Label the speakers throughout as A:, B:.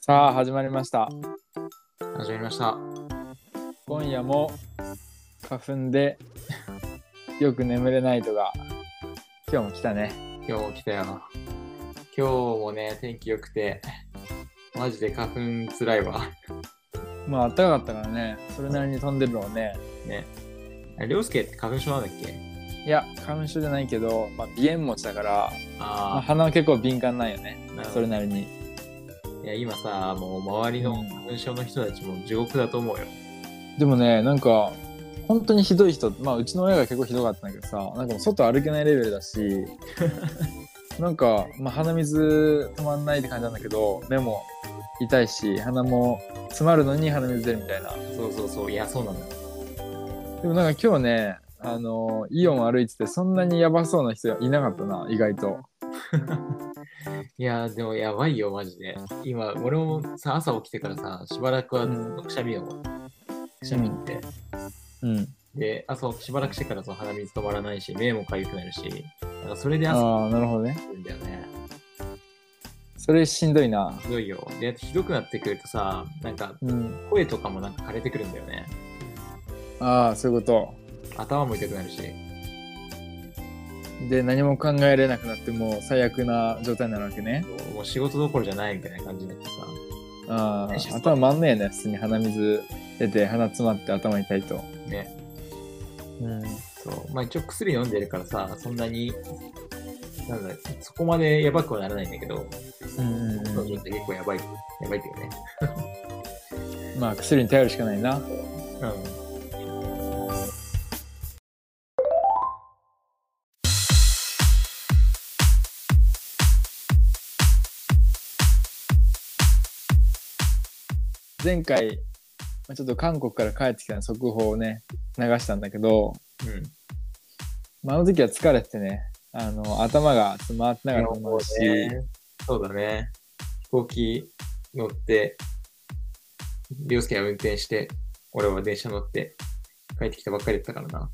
A: さあ始まりました
B: 始まりました。
A: 今夜も花粉で よく眠れないとが今日も来たね
B: 今日も来たよな。今日もね、天気良くて、マジで花粉つらいわ。
A: まあ暖かかったからねそれなりに飛んでるのをね
B: ね。あれ、りょうすけって花粉症なんだっけ
A: いや花粉症じゃないけど、まあ、鼻炎持ちだから、まあ、
B: あ
A: 鼻は結構敏感なんよね
B: なるほど
A: それなりに
B: あ、いや、今さ、もう周りの花粉症の人たちも地獄だと思うよ。
A: でもねなんか本当にひどい人まあうちの親が結構ひどかったんだけどさなんかもう外歩けないレベルだ しなんか、まあ、鼻水止まんないって感じなんだけど目も痛いし鼻も詰まるのに鼻水出るみたいな
B: そうそうそう、いや、そうなんだ。
A: でもなんか今日ねあのイオン歩いててそんなにやばそうな人いなかったな意外と
B: いや、でもやばいよ、マジで。今、俺もさ、朝起きてからさ、しばらくはずっとくしゃみよ。くしゃみって。
A: うん
B: で、朝しばらくしてからその鼻水止まらないし、目も痒くなるし、なんかそれで朝
A: ああなるほどね
B: 起きるんだよね。
A: それしんどいな
B: ひどいよ。で、ひどくなってくるとさ、なんか
A: うん
B: 声とかもなんか枯れてくるんだよね。
A: ああそういうこ
B: 頭も痛くなるし。
A: とで何も考えれなくなってもう最悪な状態になるわけね
B: もう仕事どころじゃないみたいな感じになってさ。
A: あ
B: ね
A: あ頭まんねえね普通に鼻水出て鼻詰まって頭痛いと、
B: ね。
A: うん、
B: そう。まあ一応薬飲んでるからさ、そんなに、なんだ、そこまでやばくはならないんだけど、
A: うんうんうん
B: 僕の状態結構やばい。やばいってよね。
A: まあ薬に頼るしかないな
B: うん。
A: 前回まあちょっと韓国から帰ってきた速報をね流したんだけど、まあ、あの時は疲れててねあの頭がちょっと回ってながら
B: うん。
A: 思うし、
B: そうだね。飛行機乗って、りょうすけが運転して、俺は電車乗って、帰ってきたばっかりだったからな。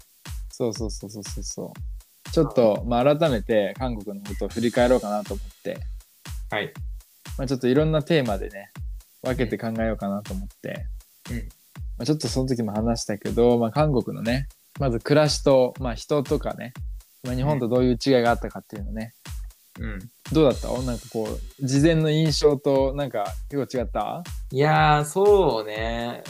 A: そうそうそうそうそうそうちょっと、まあ、改めて韓国のことを振り返ろうかなと思って、
B: はい。
A: まあ、ちょっといろんなテーマでね分けて考えようかなと思って、
B: うん
A: まあ、ちょっとその時も話したけど、まあ、韓国のねまず暮らしと、まあ、人とかね、まあ、日本とどういう違いがあったかっていうのね、
B: うん。
A: どうだったなんかこう事前の印象となんか結構違った
B: いやー、そうね。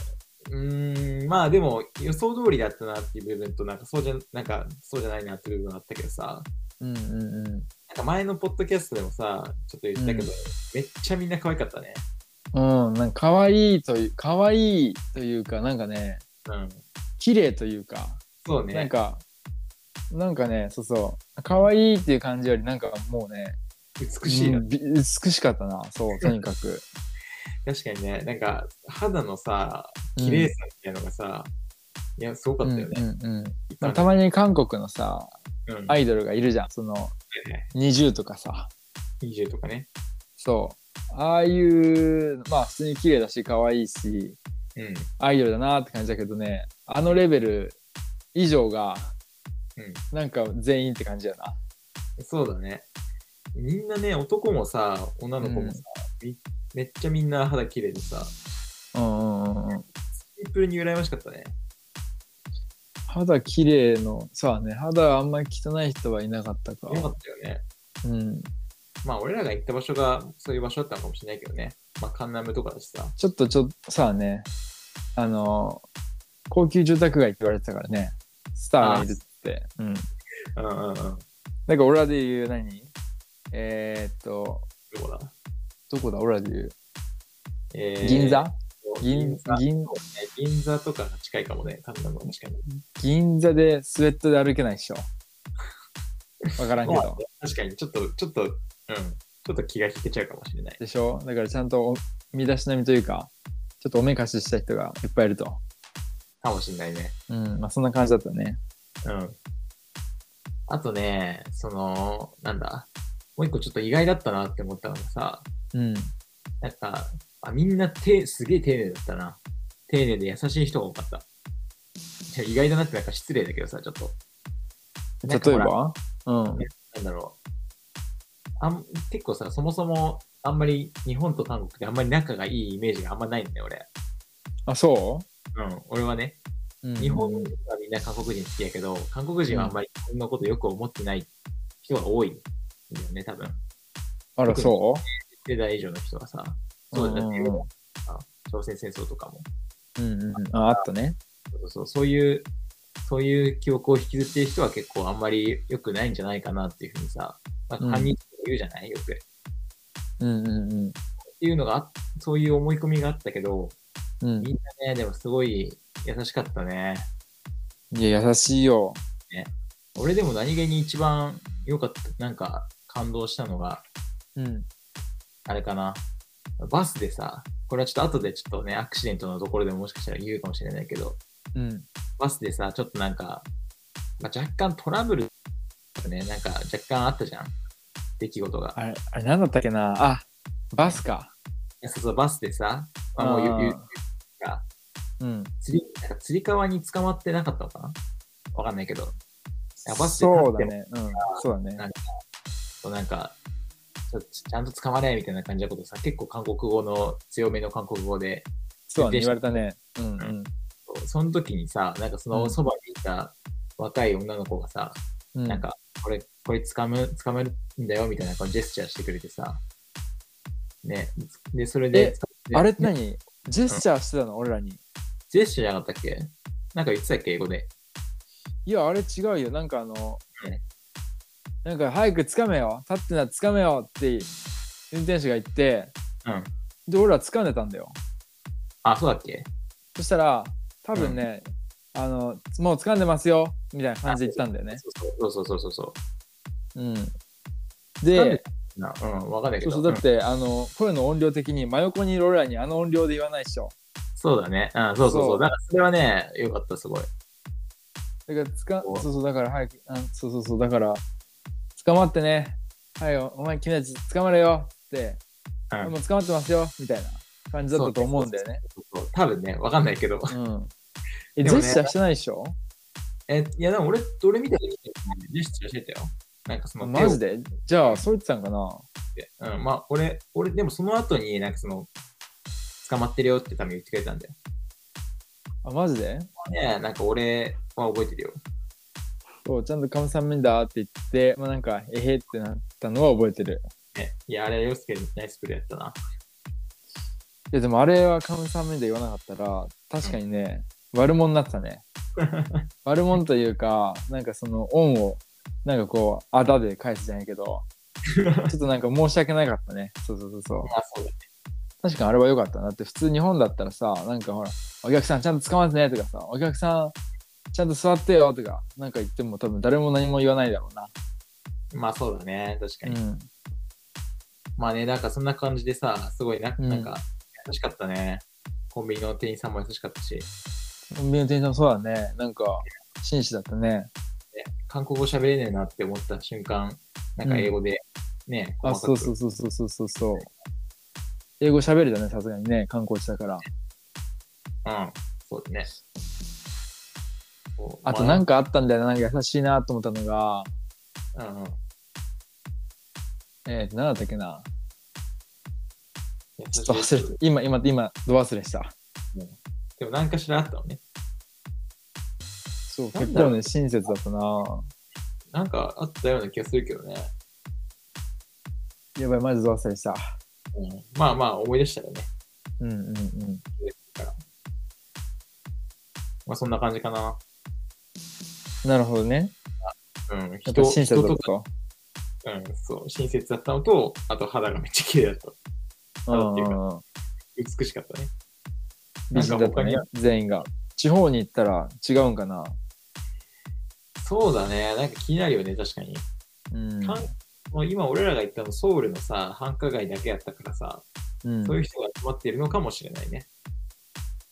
B: うーん、まあでも予想通りだったなっていう部分と、なんかそうじゃ、なんかそうじゃないなっていう部分あったけどさ、
A: うんうんうん
B: なんか前のポッドキャストでもさ、ちょっと言ったけ
A: う
B: ど、
A: ん
B: めっちゃみんな可愛かったね。
A: うん、なんか可愛いという可愛いというかなんかね
B: うん。
A: 綺麗というか、
B: そうね。
A: なんかなんかねそうそう可愛いっていう感じよりなんかもうね
B: 美しいな、
A: うんび美しかったなそうとにか く
B: 確かにね、なんか肌のさ、綺麗さみたいなのがさ、いや、すごかったよね。
A: うんうんうん
B: い
A: まあ
B: ね
A: たまに韓国のさ
B: うん。
A: アイドルがいるじゃんその
B: ね
A: 20とかさ
B: 20とかね。
A: そうああいうまあ普通に綺麗だし可愛いし
B: うん。
A: アイドルだなって感じだけどねあのレベル以上が
B: う
A: なんか全員って感じだな
B: そうだね。みんなね、男もさ、女の子もさ、みめっちゃみんな肌綺麗でさ、
A: うんうんうんうん
B: シンプルに羨ましかったね。
A: 肌綺麗のそうだね肌あんまり汚い人はいなかったか
B: よかったよね。
A: うん
B: まあ、俺らが行った場所がそういう場所だったのかもしれないけどね。まあ、カンナムとかだしさ。
A: ちょっとちょっとさあねあの高級住宅街って言われてたからねスターがいるってうん
B: うんうんうん。ど
A: なんか俺らで言う何えー、っと、
B: こだ
A: どこだ俺らで言う。
B: えー
A: 銀座、銀
B: 銀座
A: 銀
B: 銀座とかが近いかもね、カンナムは確かに。
A: 銀座でスウェットで歩けないで しょ。わからんけ
B: まあ
A: ど。
B: 確かに、ちょっと、ちょっと、うん。ちょっと気が引けちゃうかもしれない。
A: でしょだからちゃんとお身だしなみというか、ちょっとおめかしした人がいっぱいいると。
B: かもしれないね。
A: うん、まあそんな感じだったね。
B: うん。あとね、その、なんだ。もう一個ちょっと意外だったなって思ったのがさ、
A: うん。
B: なんか、あみんな手、すげえ丁寧だったな。丁寧で優しい人が多かった。じゃあ意外だなってなんか失礼だけどさ、ちょっと。なんか
A: 例え
B: ほら
A: ばうん。
B: なんだろう。あん結構さ、そもそもあんまり日本と韓国ってあんまり仲がいいイメージがあんまないんだよ、俺。
A: あ、そ
B: うん、俺はね、
A: う、うん
B: 日本はみんな韓国人好きやけど、韓国人はあんまり日本のことよく思ってない人が多いんだよね、多分。
A: あら、そ
B: 世代以上の人がさ、
A: う
B: そうだね
A: ん。
B: 朝鮮戦争とかも。
A: うんうんうん、ああったね。
B: そうそう、そういう、そういう記憶を引きずってる人は結構あんまり良くないんじゃないかなっていうふうにさ、なんか犯人とか言うじゃない、よく。
A: うんうんうん。
B: っていうのがあっ、そういう思い込みがあったけど、
A: うん、
B: みんなね、でもすごい優しかったね。
A: いや、優しいよ。
B: 俺でも何気に一番良かった、なんか感動したのが、
A: うん。
B: あれかな。バスでさ、これはちょっと後でちょっとね、アクシデントのところでももしかしたら言うかもしれないけど、
A: うん。
B: バスでさ、ちょっとなんか、まあ、若干トラブル、ね、なんか若干あったじゃん。出来事が。
A: あれ、あれ、なんだったっけなあ、バスか。
B: そうそう、バスでさ、まあ、もう言う言うか
A: うん。
B: 釣り、なんか釣り革に捕まってなかったのかなわかんないけど、やバスで立って
A: そうだね。うん。そうだね。
B: こうなんか、ちょちゃんと捕まれみたいな感じのことさ、結構韓国語の強めの韓国語で、
A: そうだね。言われたね。うんうん。
B: その時にさ、なんかそうの
A: ん
B: そばにいた若い女の子がさ、
A: うん、
B: なんか、これ、これ掴む、掴めるんだよ、みたいなこうジェスチャーしてくれてさ。ね。で、それで、
A: あれって何ジェスチャーしてたの、俺らに。
B: ジェスチャーじゃなかったっけなんか言ってたっけ英語で。
A: いや、あれ違うよ。なんかあの
B: うん、
A: なんか早くつかめよ。立ってな、つかめよって運転手が言って、
B: うん。
A: で、俺ら掴んでたんだよ。
B: あ、そうだっけ
A: そしたら、多分ね、あの、もう掴んでますよ、みたいな感じで言ったんだよね。
B: そうそうそうそうそうそう。
A: うん。
B: 掴ん
A: で
B: で、なうん、わかんないけ
A: そう
B: ど。
A: そう、だって、あの、声の音量的に、真横にいる俺らにあの音量で言わないっしょ。
B: うんそうだね。うん、そうそうそう。
A: そう
B: だからそれはね、よかった、すごい。
A: だから、つか、
B: そう
A: そうそう、だから早く、あそうそうそう、だから、捕まってね、はいよ、お前君たち捕まれよって、
B: うん
A: もう捕まってますよ、みたいな感じだったと思うんだよね。
B: そうそうそう多分ね、わかんないけど。
A: うん。え、
B: で
A: ジ
B: もね
A: ェスチャーしてないでしょ
B: え、いや、でも俺、俺みたいにジェスチャーしてたよ。なんかその手を
A: マジでじゃあ、そう言ってたんかな
B: ってうん、まあ、俺、俺、でもその後になんかその、捕まってるよって多分言ってくれたんだよ。
A: あ、マジで
B: ねなんか俺は覚えてるよ。
A: そう、ちゃんとカムサンミンだって言って、まあ、なんか、えへってなったのは覚えてる。
B: ね、いや、あれ、洋介ナイスプレーやったな。
A: いや、でもあれはカムサンミンだ言わなかったら、確かにね、悪者になってた ね。悪者というか、なんかその恩を、なんかこう、あだで返すじゃないけど、ちょっとなんか申し訳なかったね。そうそうそうそう。
B: あ、そうだ。
A: 確かにあれは良かったなだって、普通日本だったらさ、なんかほら、お客さんちゃんと捕まってねとかさ、お客さんちゃんと座ってよとか、なんか言っても多分誰も何も言わないだろうな。
B: まあ、そうだね。確か
A: う
B: に。
A: ん。
B: まあね、なんかそんな感じでさ、すごいな、
A: うん
B: なんか、優しかったね。コンビニの店員さんも優しかったし、ね
A: コンビニの店員さんもそうだね。なんか、紳士だったね。
B: 韓国語喋れねえなって思った瞬間、なんか英語で、ね、。
A: あ、そうそううそうそうそうそうそう。英語喋るだね、さすがにね、観光地だから。
B: うん、そうだね。そう
A: あとなん
B: か、
A: かあったんだよな、なんか優しいなと思ったのが、
B: うんうん、
A: えー、と、何だったっけな。
B: 優
A: ちょ
B: し
A: っ
B: い
A: と忘れた。今、今、今、ド忘れした。
B: でも何かしらあったのね。
A: そう、
B: なんだ
A: 結構ね、親切だったな。
B: なんかあったような気がするけどね。
A: やばい、マジド忘れした。
B: うん、まあまあ思い出したよね。
A: うんうんうん。
B: まあそんな感じかな。
A: なるほどね。
B: うん、
A: やっぱ
B: 人
A: 親切だ
B: 人
A: っ
B: とか、
A: たと。
B: うん、そう、親切だったのと、あと肌がめっちゃ綺麗だった。
A: う
B: 人
A: ん
B: っていうか
A: うんうん。
B: 美しかったね。
A: 美人だったね
B: なんか、
A: 全員が。地方に行ったら違うんかな。
B: そうだね、なんか気になるよね、確かに。
A: うん。
B: 韓もう今俺らが行ったのソウルのさ、繁華街だけやったからさ、
A: うん
B: そういう人が集まっているのかもしれないね。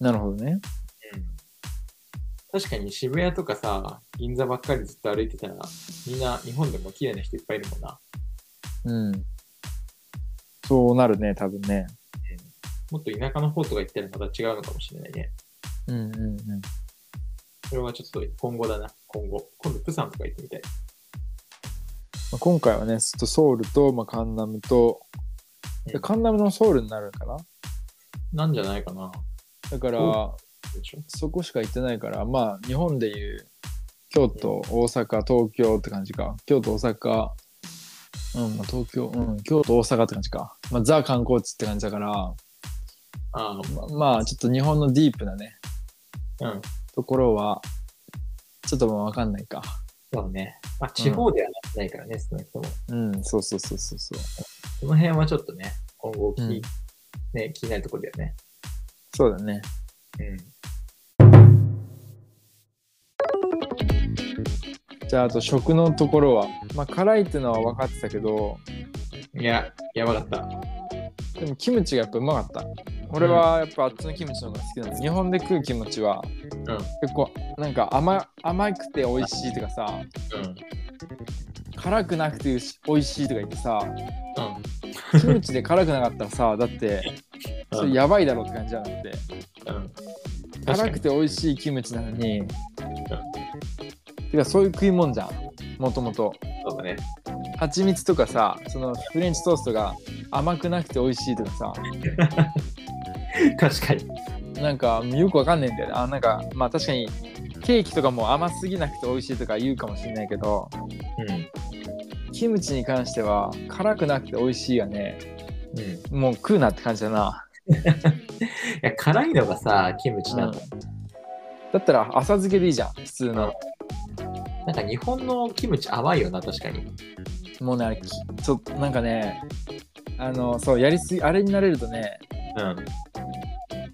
A: なるほどね。
B: うん。確かに渋谷とかさ、銀座ばっかりずっと歩いてたら、みんな日本でも綺麗な人いっぱいいるもんな。
A: うん。そうなるね、多分ね。
B: もっと田舎の方とか行ったらまた違うのかもしれないね。
A: うんうんうん。
B: それはちょっと今後だな、今後。今度、プサンとか行ってみたい。
A: まあ、今回はね、ちょっとソウルと、まあ、カンナムと、でカンナムのソウルになるから
B: なんじゃないかな。
A: だから、
B: おでしょ
A: そこしか行ってないから、まあ、日本でいう、京都、大阪、東京って感じか。京都、大阪、うん、まあ、東京、うん、京都、大阪って感じか。まあ、ザ観光地って感じだから、ま
B: あ
A: あまあ、ちょっと日本のディープなね、
B: あ、うん。
A: ところは、ちょっともうわかんないか。
B: そうね。まあ、地方ではないからね、少なくとも。
A: うん、そうそうそうそうそう。
B: その辺はちょっとね、今後気,、
A: うん
B: ね、気になるところだよね。
A: そうだね。
B: うん。
A: じゃあ、あと食のところは、まあ、辛いってのは分かってたけど、
B: いや、やばかった。
A: でもキムチがやっぱうまかった。俺はやっぱあっちのキムチの方が好きなの。日本で食うキムチは、結構なんか甘甘くて美味しいとかさ、
B: うん。うん。
A: 辛くなくて美味しいとか言ってさ、
B: うん。
A: キムチで辛くなかったらさ、 だって、それやばいだろって感じじゃなくて、
B: うん。
A: 辛くて美味しいキムチなのに、てかそういう食い物じゃん、もともと。
B: そうだね。
A: 蜂蜜とかさ、そのフレンチトーストが甘くなくて美味しいとかさ、
B: 確かに。
A: なんかよくわかんないんだよね。あなんかまあ確かにケーキとかも甘すぎなくて美味しいとか言うかもしれないけど
B: うん。
A: キムチに関しては辛くなくて美味しいがね
B: うん。い
A: もう食うなって感じだな
B: や、辛いのがさ、キムチなんだ。
A: だったら浅漬けでいいじゃん普通の
B: なんか日本のキムチ甘いよな、確かに。
A: もうねきちょっとなんかねあのそうやりすぎあれになれるとね
B: うん。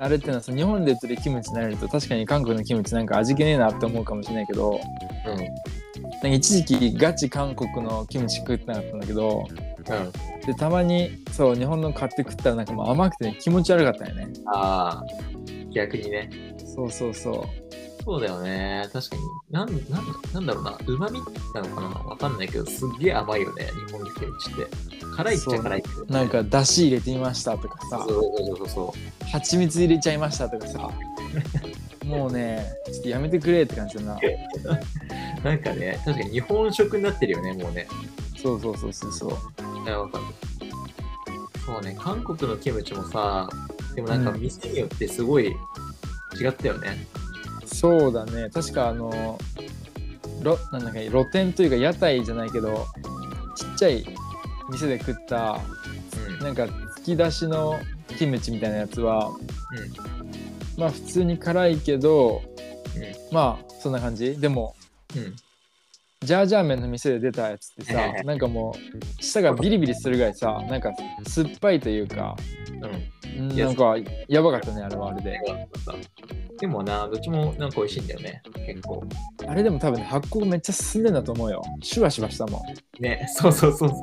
A: あれってのはその日本で売ってるキムチになれると確かに韓国のキムチなんか味気ねえなって思うかもしれないけど
B: うん。
A: なんか一時期ガチ韓国のキムチ食ってなかったんだけど
B: うん。
A: でたまにそう日本の買って食ったらなんかもう甘くて、ね、気持ち悪かったよね
B: ああ、逆にね。
A: そうそうそ
B: そうだよね。確かに。なん、なん、なんだろうな。うまみなのかなわかんないけど、すっげえ甘いよね。日本のキムチって。辛いっちゃ辛いけど、
A: うなん、か出汁入れてみましたとか
B: そう
A: さ
B: そうそうそ
A: 蜂蜜入れちゃいましたとか さもうねちょっとやめてくれって感じだな
B: う。なんかね、確かに日本食になってるよね、もうね。
A: そうそうそうそうそう
B: いやわかる。そうね、韓国のキムチもさ、でもなんか
A: うん
B: 店によってすごい違ったよね。
A: そうだね確かあのろなんだっけ露店というか屋台じゃないけどちっちゃい店で食ったなんか突き出しのキムチみたいなやつは、まあ普通に辛いけど、
B: う
A: まあそんな感じでも
B: うん。うん。
A: ジャージャー麺の店で出たやつって
B: はいはい
A: さ
B: はい
A: なんかもう舌がビリビリするぐらいさなんか酸っぱいというか
B: うん。
A: うん
B: いや
A: なんかやばかったねあれはあれで
B: でもな、どっちもなんか美味しいんだよね、結構。
A: あれでも多分ね発酵めっちゃ進んでんだと思うよシュワシュワしたもん、
B: ね、そうそうそうそう。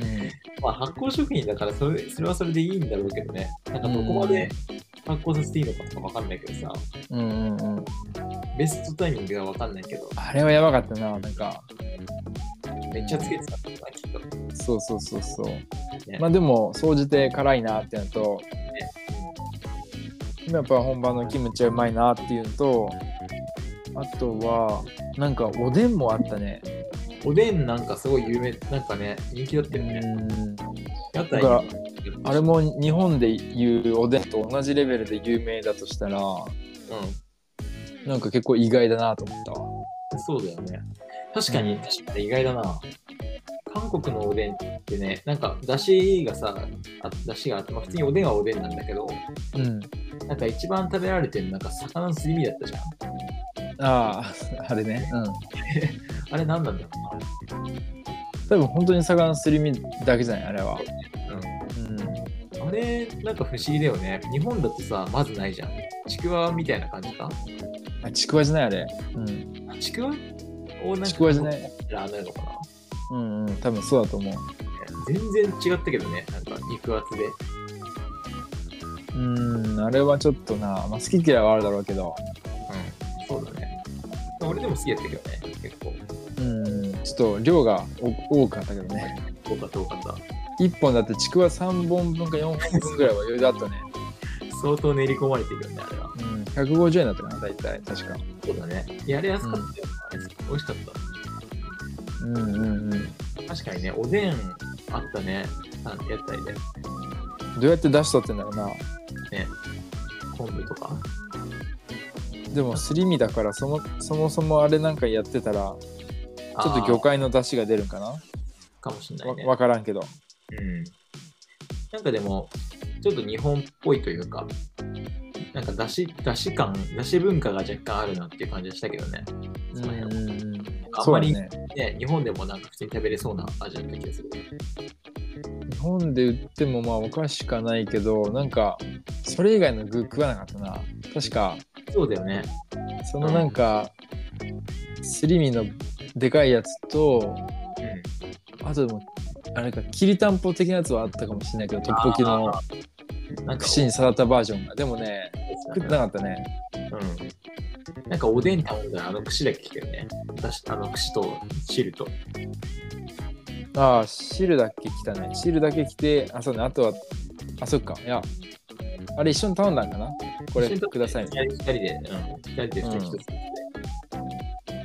A: うん、
B: まあ、発酵食品だからそれ、それはそれでいいんだろうけどね。なんかどこまで発酵させていいのかとかわかんないけどさ、
A: うんうんうん
B: ベストタイミングがわかんないけど、
A: あれはやばかったななんか
B: めっちゃつけてたんだな、きっと。
A: そうそうそうそうまあでも総じて辛いなっていうのとやっぱ本場のキムチはうまいなっていうのとあとはなんかおでんもあったね
B: おでんなんかすごい有名、なんかね、人気だったよね。
A: うん
B: 屋
A: だ
B: 台
A: から
B: に
A: あれも日本でいうおでんと同じレベルで有名だとしたら
B: う
A: なんか結構意外だなと思ったわ
B: ん、そうだよね。確かに、
A: うん
B: 確かに意外だな。韓国のおでんってね、なんか、だしがさ、あだしがあって、まあ、普通におでんはおでんなんだけど、
A: うん
B: なんか一番食べられてるなんか魚のすり身だったじゃん。
A: あ ああれねうん
B: あれ何なんだろうな。
A: 多分本当に魚のすり身だけじゃないあれはうん
B: あれ、なんか不思議だよね。日本だとさ、まずないじゃん。ちくわみたいな感じか
A: あちくわじゃないあれうん
B: あちくわをなんか
A: ちくわじゃない
B: ラーメンなのかな
A: うんうん多分そうだと思う
B: 全然違ったけどね、なんか肉厚で。
A: うんあれはちょっとな、まあ、好き嫌いはあるだろうけど
B: うん、そうだね。俺でも好きやったけどね、結構。
A: うんちょっと量がお多かったけどね
B: 多かった多かった。
A: 1本だってちくわ3本分か4本分ぐらいは余裕だったね、
B: 相当練り込まれてるよね、あれは。
A: うん、150円だったかな大体確か
B: そうだね。やりやすかったよ、あれ。美味しかった。
A: うんうんうん
B: 確かにね、おでんあったね、あの屋台で。
A: どうやって出しとってんだろうな
B: 昆布とか。
A: でもすり身だからそもそもそもあれなんかやってたらちょっと魚介の出汁が出るんかなわ
B: かもしれないね。
A: わからんけど
B: うん。なんかでも、ちょっと日本っぽいというか、なんかだし、だし感、だし文化が若干あるなっていう感じはしたけどね。
A: う
B: そ
A: ん
B: の
A: う
B: 辺
A: ん
B: は
A: うん
B: なんかあん
A: そ
B: ま
A: うだ
B: りね
A: ね
B: 日本でもなんか普通に食べれそうな味だった気がする。
A: 日本で売ってもまあお菓子しかないけどなんかそれ以外の具食わなかったな確か
B: そうだよね。
A: そのなんかすり身のでかいやつと
B: うん。
A: あとでもあれかきりたんぽ的なやつはあったかもしれないけどトッポキの
B: なんか
A: 串にさったバージョンがでもね食ってなかったね
B: うん。なんかおでん頼んだらあの串だけ来たよね。私、あの串と汁と。
A: ああ、汁だけ来たね。汁だけ来て、あ、そうね、あとは、あ、そっか、いや、あれ一緒に頼んだんかなこれくださいね。
B: 二人で、うん。二人で一つ一つ。い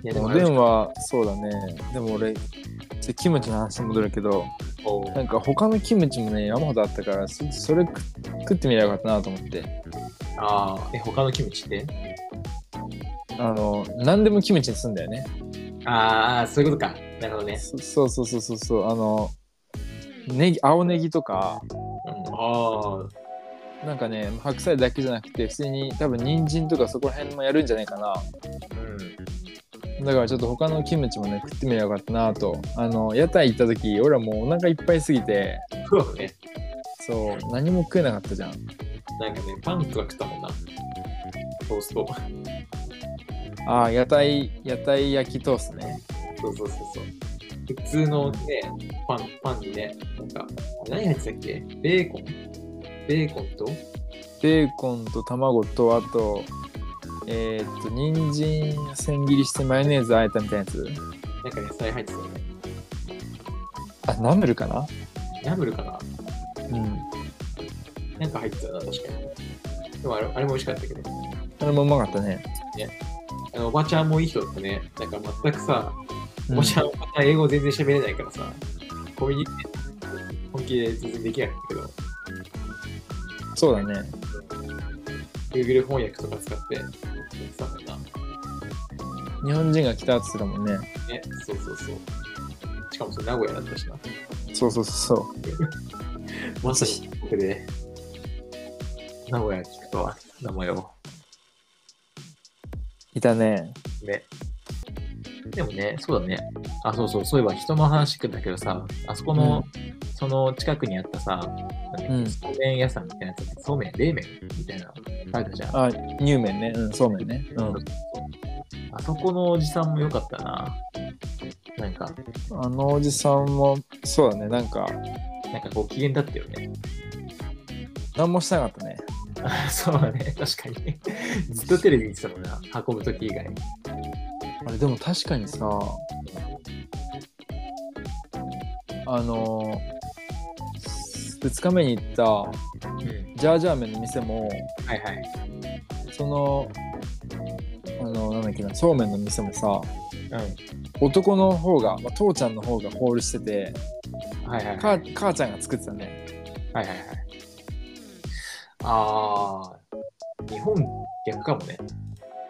B: や、で
A: お
B: も、
A: でんは、そうだね。でも俺、ちょっとキムチの話に戻るけど、
B: お
A: なんか他のキムチもね、山ほどあったから、そそれ食食ってみればよかったなと思って。
B: ああ、え、他のキムチって
A: あの、何でもキムチにすんだよね。
B: ああ、そういうことか。なるほどね。
A: そそうそうそうそうそう、あの、ネギ、青ネギとか、
B: うん、あ
A: なんかね、白菜だけじゃなくて、普通に多分人参とかそこら辺もやるんじゃないかな。
B: あ、うん。
A: だからちょっと他のキムチもね食ってみればよかったなとあの屋台行った時俺はもうお腹いっぱいすぎて
B: そうだね。
A: そう何も食えなかったじゃん
B: なんかね、パンとか食ったもんな。トースト。
A: ああ屋台屋台焼きトーストね
B: そうそうそうそう。普通のね、パン、パンにね、なんか、何入ってたっけベーコンベーコンと
A: ベーコンと卵とあとえー、っと人参千切りしてマヨネーズあえたみたいなやつ
B: なんか野菜入ってたよね。
A: あナムルかな
B: ナムルかな
A: うん
B: なんか入ってたな、確かに。でもあれあれも美味しかったけど。
A: あれもうまかったね
B: あのおばちゃんもいい人だったね。なんか全くさ、
A: う
B: お
A: ん
B: ばちゃん、おばちゃん英語全然喋れないからさ、コミュニケーション本気で全然できなかったけど、
A: そうだね
B: Google 翻訳とか使ってやってたんだな。
A: 日本人が来たっつってたもんね
B: ね、そうそうそう。しかもそれ名古屋だったしな。
A: そうそうそうそう
B: まさに僕で、名古屋聞くとは、名前を。
A: いたね
B: ね。でもね、そうだね。あ、そうそう、そういえば人の話聞くんだけどさ、あそこの、その近くにあったさ、なんだっけ
A: うん
B: そうめん屋さんみたいなやつ、そうめん、冷麺みたいな、あったじゃん。
A: あ乳麺ねうんそうめんねうん
B: あそこのおじさんも良かったな。なんか、
A: あのおじさんもそうだねなんか
B: なんかご機嫌だったよね。
A: 何もしてなかったね
B: あそうだね、確か に。ずっとテレビ見てたもんな、運ぶとき以外。
A: あれでも確かにさあの2日目に行った
B: うん。
A: ジャージャー麺の店も
B: はいはい。
A: そのあのなんだっけなそうめんの店もさ
B: う
A: 男の方が、まあ父ちゃんの方がホールしてて
B: ん。はいはい、はい。
A: か母ちゃんが作ってたね
B: はいはいはい。ああ、日本逆かもね。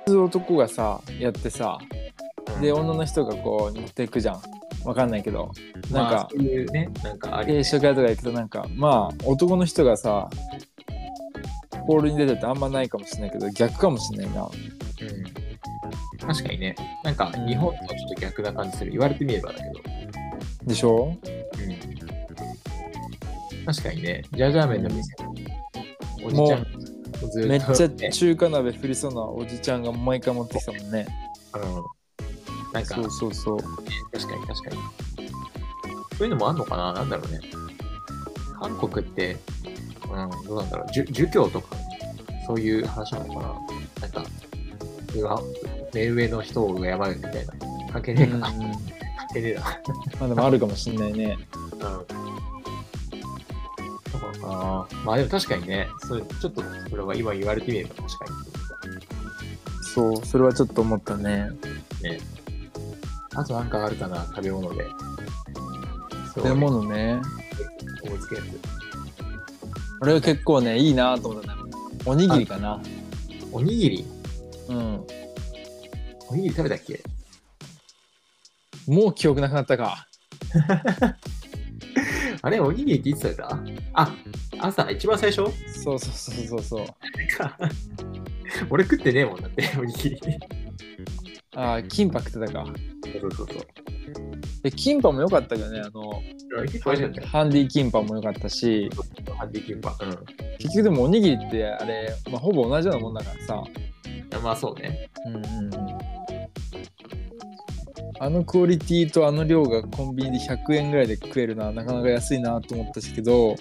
A: 普通男がさやってさで
B: うん
A: 女の人がこう乗っていくじゃんわかんないけどなん
B: ま
A: か、
B: あそういうね、なんかあり、
A: 定食屋とか行くとなんかまあ男の人がさホールに出てってあんまないかもしれないけど逆かもしれないな
B: うん確かにね、なんか日本とはちょっと逆な感じする。言われてみればだけど。
A: でしょ
B: うん、確かにね、ジャージャー麺の店、おじちゃんもずっと、
A: め
B: ね、
A: っちゃ中華鍋振りそうなおじちゃんが毎回持ってきたもんね
B: うんなんか
A: そうそうそう
B: 確かに確かに。そういうのもあんのかななんだろうね。韓国って、うん、どうなんだろう。じゅ儒教とか、そういう話なのかななんか、うわ、目上の人を敬うみたいな。関係ねえかな、
A: うんま
B: 関係ねえな。
A: あでもあるかもしれないね
B: うん。だからかなまあでも確かにね、それちょっとそれは今言われてみれば確か
A: そうそれはちょっと思ったね
B: に。ね。あとなんかあるかな食べ物で。そ
A: 食
B: う
A: べ物ね
B: 思いつけるやつ。
A: 俺は結構ねいいなと思ったねおにぎりかな
B: おにぎり
A: うん
B: おにぎり食べたっけ
A: もう記憶なくなったか
B: あれ、おにぎりっていつ食べたあ、朝、一番最初
A: そうそうそうそうそう
B: 俺食ってねえもんだって、 おにぎり。
A: あーキンパ食ってたか
B: そうそうそう。
A: でキンパも良かったけどねあの
B: 結構美味しかっ
A: ハンディキンパも良かったした
B: よ。ハンディキンパ。うん。
A: 結局でもおにぎりってあれ、まあ、ほぼ同じようなもんだからさ
B: まあそうね。
A: うんうんうんあのクオリティとあの量がコンビニで100円ぐらいで食えるななかなか安いなと思ったけど
B: う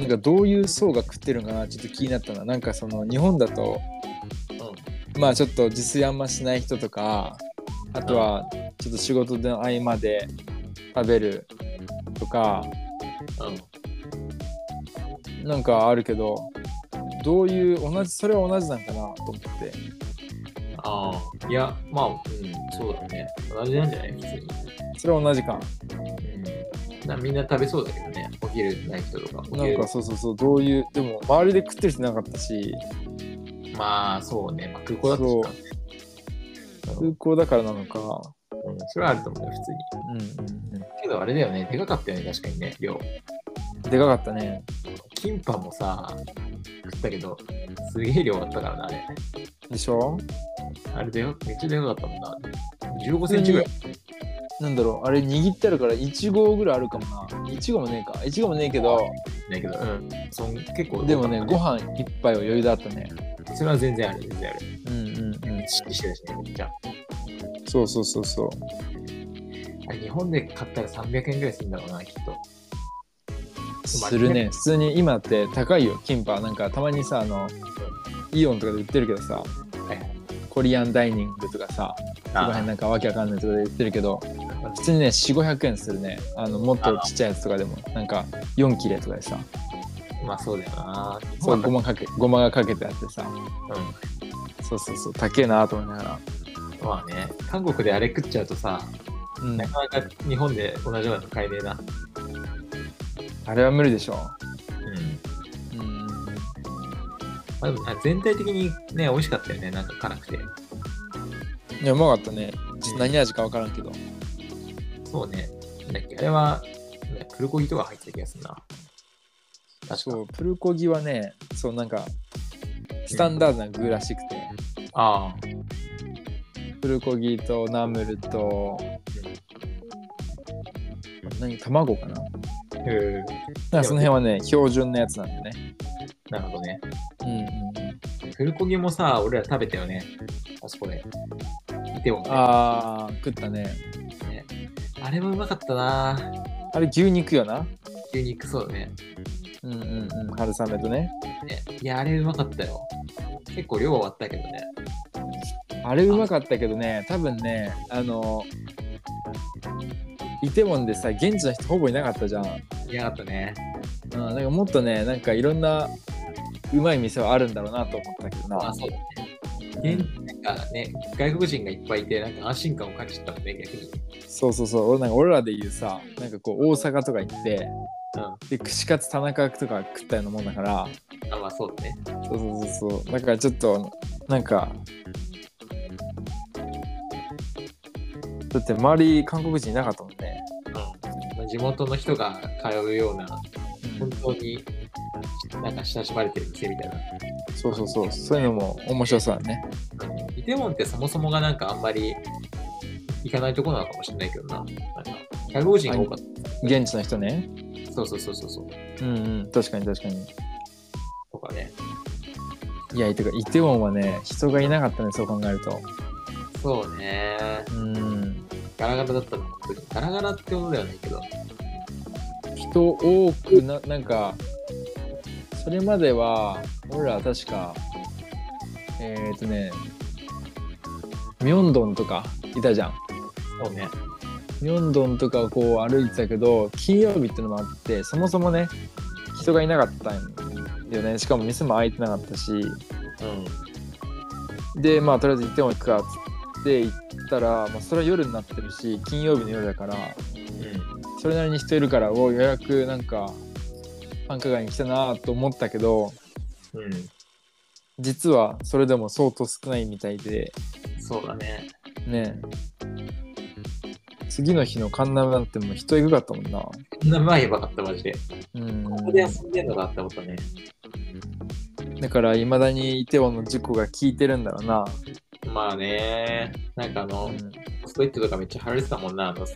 A: なんかどういう層が食ってるのかなちょっと気になったななんかその日本だと
B: ん。うん。
A: まあちょっと自炊あんましない人とかあとはちょっと仕事での合間で食べるとか
B: うん。
A: なんかあるけどどういう同じそれは同じなんかなと思って
B: ああ。いや、まあ、うん、そうだね。同じなんじゃない普通に。
A: それは同じか
B: うん。なみんな食べそうだけどね。お昼ない人とか。お
A: な
B: 昼
A: んかそうそうそうどういうでも周りで食ってる人いなかったし
B: まあそうね。まあ、空港だったし
A: そう
B: なうん
A: 空港だからなのか
B: うん。それはあると思うよ、普通に。
A: うんうんうん
B: けどあれだよね。でかかったよね、確かにね、量。
A: でかかったね
B: キンパもさ、食ったけど、すげえ量あったからな、あれ。
A: でしょ
B: あれでよ、めっちゃでかかったもんな。15センチぐらい。
A: なんだろうあれ握ってあるから1号ぐらいあるかもな1号もねえか1号もねえけど
B: だけど、うん。そん結構、
A: でもねご飯一杯は余裕だったね
B: それは全然ある、全然ある。
A: うんうんうん
B: 意識してるしね、めっちゃ。
A: そうそうそうそう
B: あれ日本で買ったら300円ぐらいするんだろうな、きっと。
A: するね普通に今って高いよキンパなんかたまにさあのイオンとかで売ってるけどさ
B: はいはい。
A: コリアンダイニングとかさそこら辺なんかわけわかんないとこで売ってるけど普通にね4500円するねあのもっとちっちゃいやつとかでもなんか4切れとかでさ
B: まあそうだよな。
A: そう
B: ま
A: ご
B: あ
A: まかけごまがかけてあってさ
B: う
A: そうそうそう高えなと思いながら、
B: ん。まあね、韓国であれ食っちゃうとさ、
A: うん
B: な、かなか日本で同じようなの買えねえな。
A: あれは無理でしょ
B: うん。
A: うん
B: まあ、でもあ全体的にね、美味しかったよね、なんか辛くて。
A: いやうまかったねちょっと何味かわからんけど
B: そうね。なんだっけ、あれは、ね、プルコギとか入ってた気がするな。確
A: そ
B: か
A: うプルコギはねそうなんかスタンダードな具らしくて、
B: ああ。
A: プルコギとナムルと何卵かななんか
B: うん。
A: その辺はね標準のやつなんだよね
B: なるほどね。
A: うんうんうん
B: プルコギもさ、俺ら食べたよね。あそこで。イテウォンで
A: あー食ったね
B: ねあれもうまかったな。
A: あれ牛肉よな
B: 牛肉そうだね。
A: うんうんうん春雨とね
B: ねいや、あれうまかったよ。結構量はあったけどね。
A: あれうまかったけどね多分ねあのイテウォンでさ現地の人ほぼいなかったじゃん、うん、
B: いや、あったね。
A: なんかもっとねなんかいろんなうまい店はあるんだろうなと思ったけど
B: あ、
A: な
B: そうだね。現なんかね、外国人がいっぱいいて、なんか安心感を感じたもんね、逆に。
A: そうそうそう俺なんか俺らで言うさなんかこう大阪とか行って
B: うん。
A: で串カツ田中とか食ったようなもんだから
B: あ、まあそうだね。
A: そうそうそうそうだからちょっとなんかだって周り韓国人いなかったもんね、
B: うん。地元の人が通うような、
A: う
B: 本
A: ん
B: 当に、なんか親しまれてる店みたいな。
A: そうそうそうそういうのも面白そうだね
B: イテウォンってそもそもがなんかあんまり行かないとこなのかもしれないけどな。なんか外国人が多かっ
A: 現地の人ね
B: た。そうそうそうそうそ
A: う
B: う。
A: んうん確かに確かに
B: とかね。
A: いやてかイテウォンはね人がいなかったねそう考えると
B: そうね。
A: うん
B: ガラガラだったの、本当に。ガラガラってことではないけど。
A: 人多くななんかそれまでは俺ら確かえっ、ー、とねミョンドンとかいたじゃん
B: そうね。
A: ミョンドンとかをこう歩いてたけど金曜日ってのもあってそもそもね人がいなかったんだよねしかも店も開いてなかったし
B: うん。
A: でまあとりあえず行っても行くかっつって行ったら、まあ、それは夜になってるし金曜日の夜だから
B: うん。
A: それなりに人いるからお予約なんか繁華街に来たなと思ったけど
B: うん。
A: 実はそれでも相当少ないみたいで
B: そうだね。
A: ね次の日のカンナムなんてもう人えぐかったもんな
B: こんな前やばかった、マジで。
A: うん
B: ここで遊んでんのかって思ったね。
A: だからいまだにイテウォンの事故が効いてるんだろうな、
B: まあね、なんかあの、
A: うん
B: ストイットとかめっちゃ貼られてたもんな、あの、ね、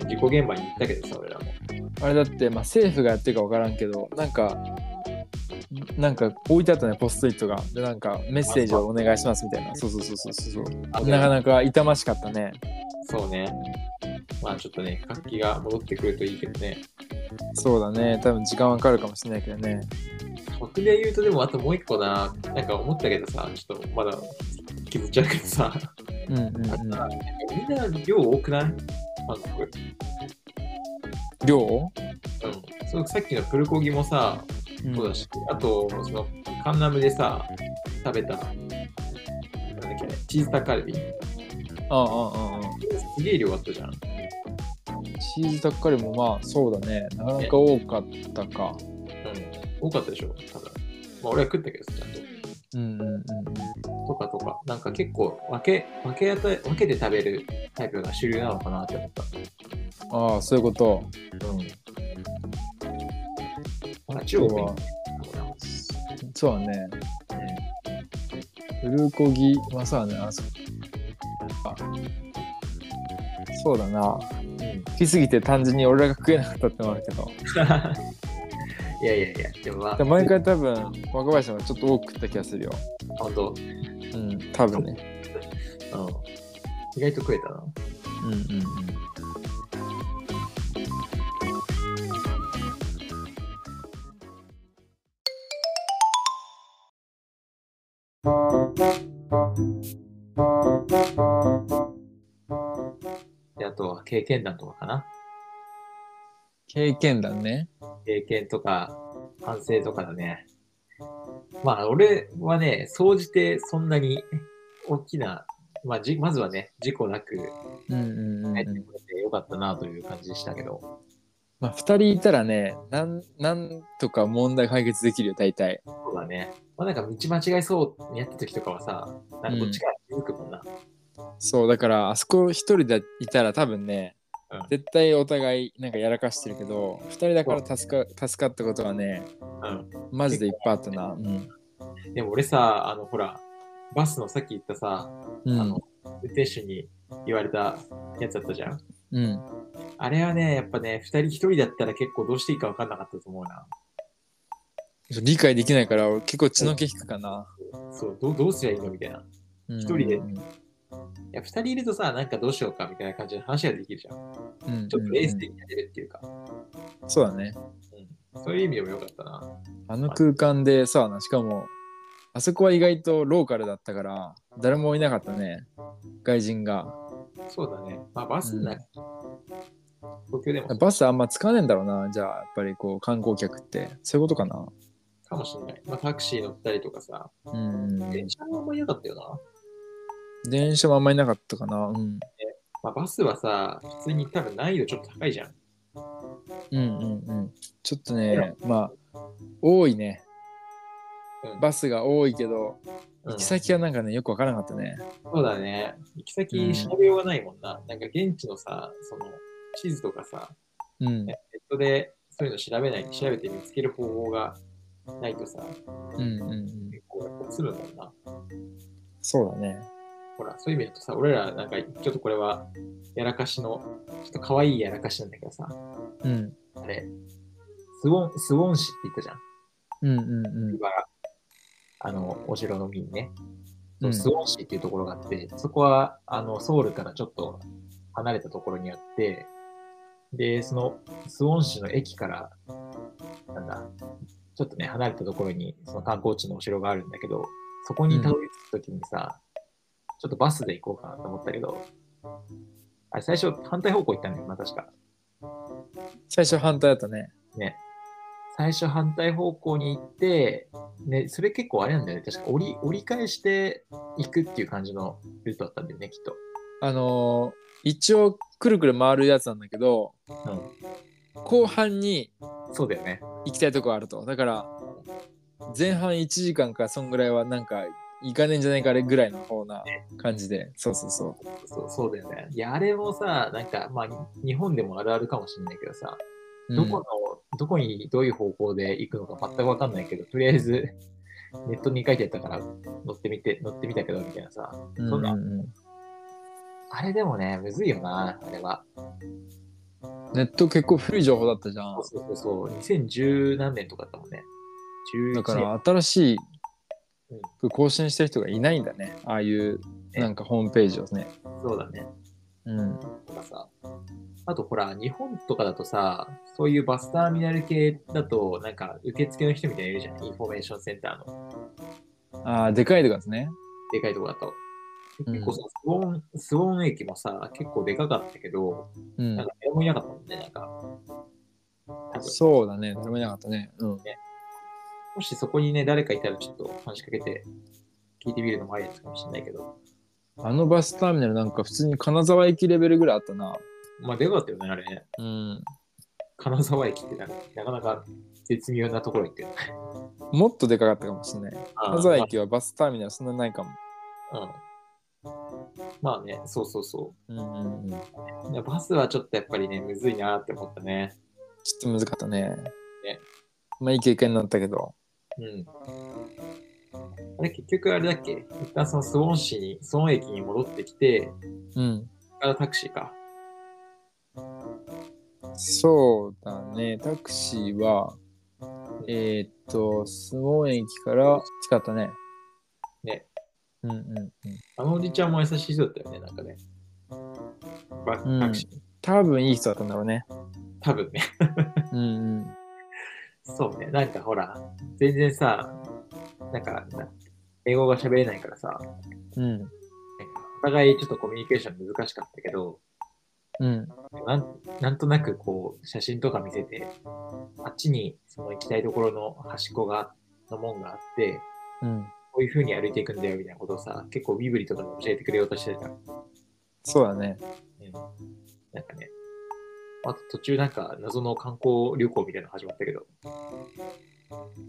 B: 事故現場に行ったけどさ、俺らも。
A: あれだって、まあ、政府がやってるか分からんけどなんかなんか置いてあったねポストイットがでなんかメッセージをお願いしますみたいなそうそうそうそうそう
B: あ
A: なかなか痛ましかったね
B: そうね。まあちょっとね、活気が戻ってくるといいけどね。
A: そうだね多分時間はかかるかもしれないけどね
B: 僕で言うと、でもあともう一個な、なんか思ったけどさ、ちょっとまだ気づっちゃうけどさ、
A: うんうんうん
B: みんな量多くない韓国。
A: 量
B: うん。そのさっきのプルコギもさ、
A: うん
B: そうだし、あと、その、カンナムでさ、食べた、なんだっけ、チーズタッカルビ。
A: ああああああ
B: すげえ量あったじゃん。
A: チーズタッカルビもまあそうだねなかなか多かったか
B: うん。多かったでしょ、多分。まあ、俺は食ったけどさ、ちゃんと。
A: うんうんうん
B: とかとか、なんか結構分け、分け与え、分けて食べるタイプが主流なのかなって思った。
A: ああそういうこと
B: うん。
A: 今日はそうだね
B: まあ、中国に行ったのかな。うん
A: プルコギまあそうだねあそあそうだな好きすぎて単純に俺らが食えなかったってのもあるけど
B: いやいやいや、でもまあ、
A: で毎回多分若林さんがちょっと多く食った気がするよ
B: 本当、
A: うん多分ね
B: うん。意外と食えたな。
A: うんうんうん
B: で、あとは経験談とかかな。
A: 経験談ね
B: 経験とか、反省とかだね。まあ、俺はね、総じてそんなに大きな、まあ、じまずはね、事故なく
A: うんうんうん、
B: 帰
A: う
B: って
A: ん、
B: これてよかったなという感じでしたけど。
A: まあ2人いたらねなんなんとか問題解決できるよ大体
B: そうだね。まあ、なんか道間違いそうにやった時とかはさ、なんかこっちから気づくもんな。
A: そうだからあそこ1人でいたら多分ね、
B: うん
A: 絶対お互いなんかやらかしてるけど2人だから助か助かったことはねマジでいっぱいあったなうん、
B: うん。でも俺さ、あの、ほら、バスのさっき言ったさ、
A: う
B: あ
A: ん
B: の、運転手に言われたやつだったじゃん。
A: うん、
B: あれはね、やっぱね、二人一人だったら結構どうしていいか分かんなかったと思うな。
A: 理解できないから俺結構血の気引くかな
B: そう、どうどうすりゃいいのみたいな。
A: うん
B: 一人で
A: うん
B: いや、二人いるとさ、なんかどうしようかみたいな感じの話ができるじゃん。
A: うん
B: ちょっとレースでやれるっていうか。
A: そうだね
B: うん。そういう意味でもよかったな。
A: あの空間でさしかもあそこは意外とローカルだったから誰もいなかったね外人が
B: そうだね。まあ、バスな、東京でも
A: バスあんま使わねえんだろうなじゃあやっぱりこう観光客ってそういうことかな
B: かもしれない。まあ、タクシー乗ったりとかさ、
A: うん
B: 電車もあんまりなかったよな。
A: 電車もあんまりなかったかなうん
B: まあ、バスはさ、普通に多分難易度ちょっと高いじゃん。
A: うんうんうんちょっとねまあ多いね
B: うん
A: バスが多いけど
B: うん
A: 行き先はなんかねよくわからなかったね
B: そうだね。行き先調べようがないもんな。なんか現地のさ、その地図とかさ、
A: うん
B: ネットでそういうの調べない、調べて見つける方法がないとさ、
A: うんうんうん
B: 結構やっぱつるもんな。
A: そうだね
B: ほら、そういう意味だとさ、俺らなんかちょっとこれは、やらかしの、ちょっと可愛いやらかしなんだけどさ、
A: うん
B: あれ、スウォン、スウォン市って言ったじゃん。
A: うんうん
B: からあの、お城の海にね、
A: うんうん
B: スウォン市っていうところがあって、そこは、あの、ソウルからちょっと離れたところにあって、で、その、スウォン市の駅から、なんだ、ちょっとね、離れたところに、その観光地のお城があるんだけど、そこにたどり着くときにさ、ちょっとバスで行こうかなと思ったけど、あれ、最初反対方向行ったんだよな、確か。
A: 最初反対だったね
B: ね、最初反対方向に行って、ね、それ結構あれなんだよね。確か折り折り返していくっていう感じのルートだったんだよね、きっと。
A: あのー一応くるくる回るやつなんだけど、
B: う
A: 後半に
B: そうだよね。
A: 行きたいとこあるとだから前半1時間かそんぐらいはなんか行かねえんじゃないかあれぐらいの方な感じでそうそうそ
B: そうそうだよね。いや、あれもさ、なんか、まあ、に日本でもあるあるかもしれないけどさ、
A: う、うん
B: どこの、どこにどういう方向で行くのか全くわかんないけど、とりあえず、ネットに書いてあったから乗ってみて、乗ってみたけど、みたいなさ。そんな
A: うんうんうん
B: あれでもね、むずいよな、あれは。
A: ネット結構古い情報だったじゃん
B: そうそうそう、2010何年とかだったもんね。11年
A: だから新し
B: う
A: く
B: ん
A: 更新してる人がいないんだねああいうなんかホームページをね
B: そうだね。
A: うん
B: とかさ。あとほら、日本とかだとさ、そういうバスターミナル系だと、なんか受付の人みたいなのいるじゃん。インフォメーションセンターの
A: ああでかいとかですね
B: でかいとこだと。
A: うん
B: 結構さ、スウォン、スウォン駅もさ、結構でかかったけど、
A: うん
B: なんか誰もいなかったもんね。なんか、多分
A: そうだね誰もいなかったねうん
B: もしそこにね、誰かいたらちょっと話しかけて聞いてみるのもありかもしれないけど、
A: あのバスターミナルなんか普通に金沢駅レベルぐらいあったな
B: まあでかかったよね、あれね。
A: うん
B: 金沢駅ってなんかなかなか絶妙なところ行ってる。
A: もっとでかかったかもしれない金沢駅はバスターミナルそんなないかも
B: うん。まあね、そうそうそ
A: うんうんうんちょ
B: う。いやバスはちょっとやっぱりね、むずいなって思ったね。
A: っと難かったね
B: ね
A: まあいい経験になったけど
B: うん。あれ結局あれだっけ一旦そのスウォン市に、スウォン駅に戻ってきて、
A: うん
B: そこからタクシーか。
A: そうだね、タクシーは、えーっと、スモーン駅から使ったね。
B: ね。
A: うんうんうん。
B: あのおじちゃんも優しい人だったよね、なんかね。バ
A: うん
B: タクシー、
A: 多分いい人だったんだろうね。
B: 多分ね。
A: うんうん。
B: そうね、なんかほら、全然さ、なんか、な英語が喋れないからさ、なんか
A: うん。
B: お互いちょっとコミュニケーション難しかったけど、
A: うん。
B: なんなんとなくこう、写真とか見せて、あっちにその行きたいところの端っこが、の門があって、
A: うん。
B: こういう風に歩いていくんだよみたいなことをさ、結構身振りとかで教えてくれようとしてた。うん。
A: そうだね。
B: なんかね、あと途中なんか謎の観光旅行みたいなの始まったけど、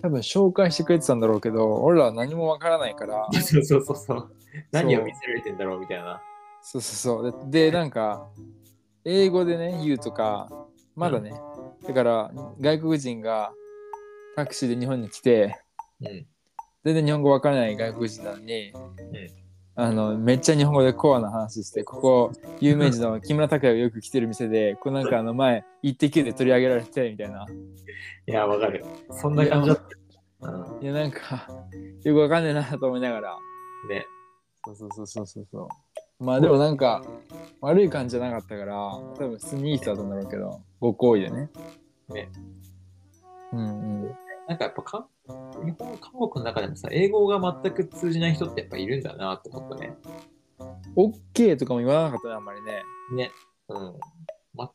A: 多分紹介してくれてたんだろうけど、俺らは何もわからないから、
B: そうそうそうそう、何を見せられてんだろうみたいな。
A: そうそうそう。で、でなんか、英語でね、言うとか、まだね。だから、外国人がタクシーで日本に来て、
B: うん。
A: 全然日本語わからない外国人なのに、あのめっちゃ日本語でコアな話してここ有名人の木村拓哉がよく来てる店でこうなんかあの前「イッテ Q!」で取り上げられてみたいない
B: や、わかる。そんな感じだった。うん。
A: いやなんかよくわかんねえなと思いながら
B: ね。
A: そうそうそうそうそうそうまあでもなんか悪い感じじゃなかったから多分普通にいい人だったんだろうけどご好意でね
B: ね
A: うんうん
B: なんかやっぱか、日本、韓国の中でもさ、英語が全く通じない人ってやっぱいるんだなって思ったね。
A: OK とかも言わなかったねあんまりね
B: ね。うん。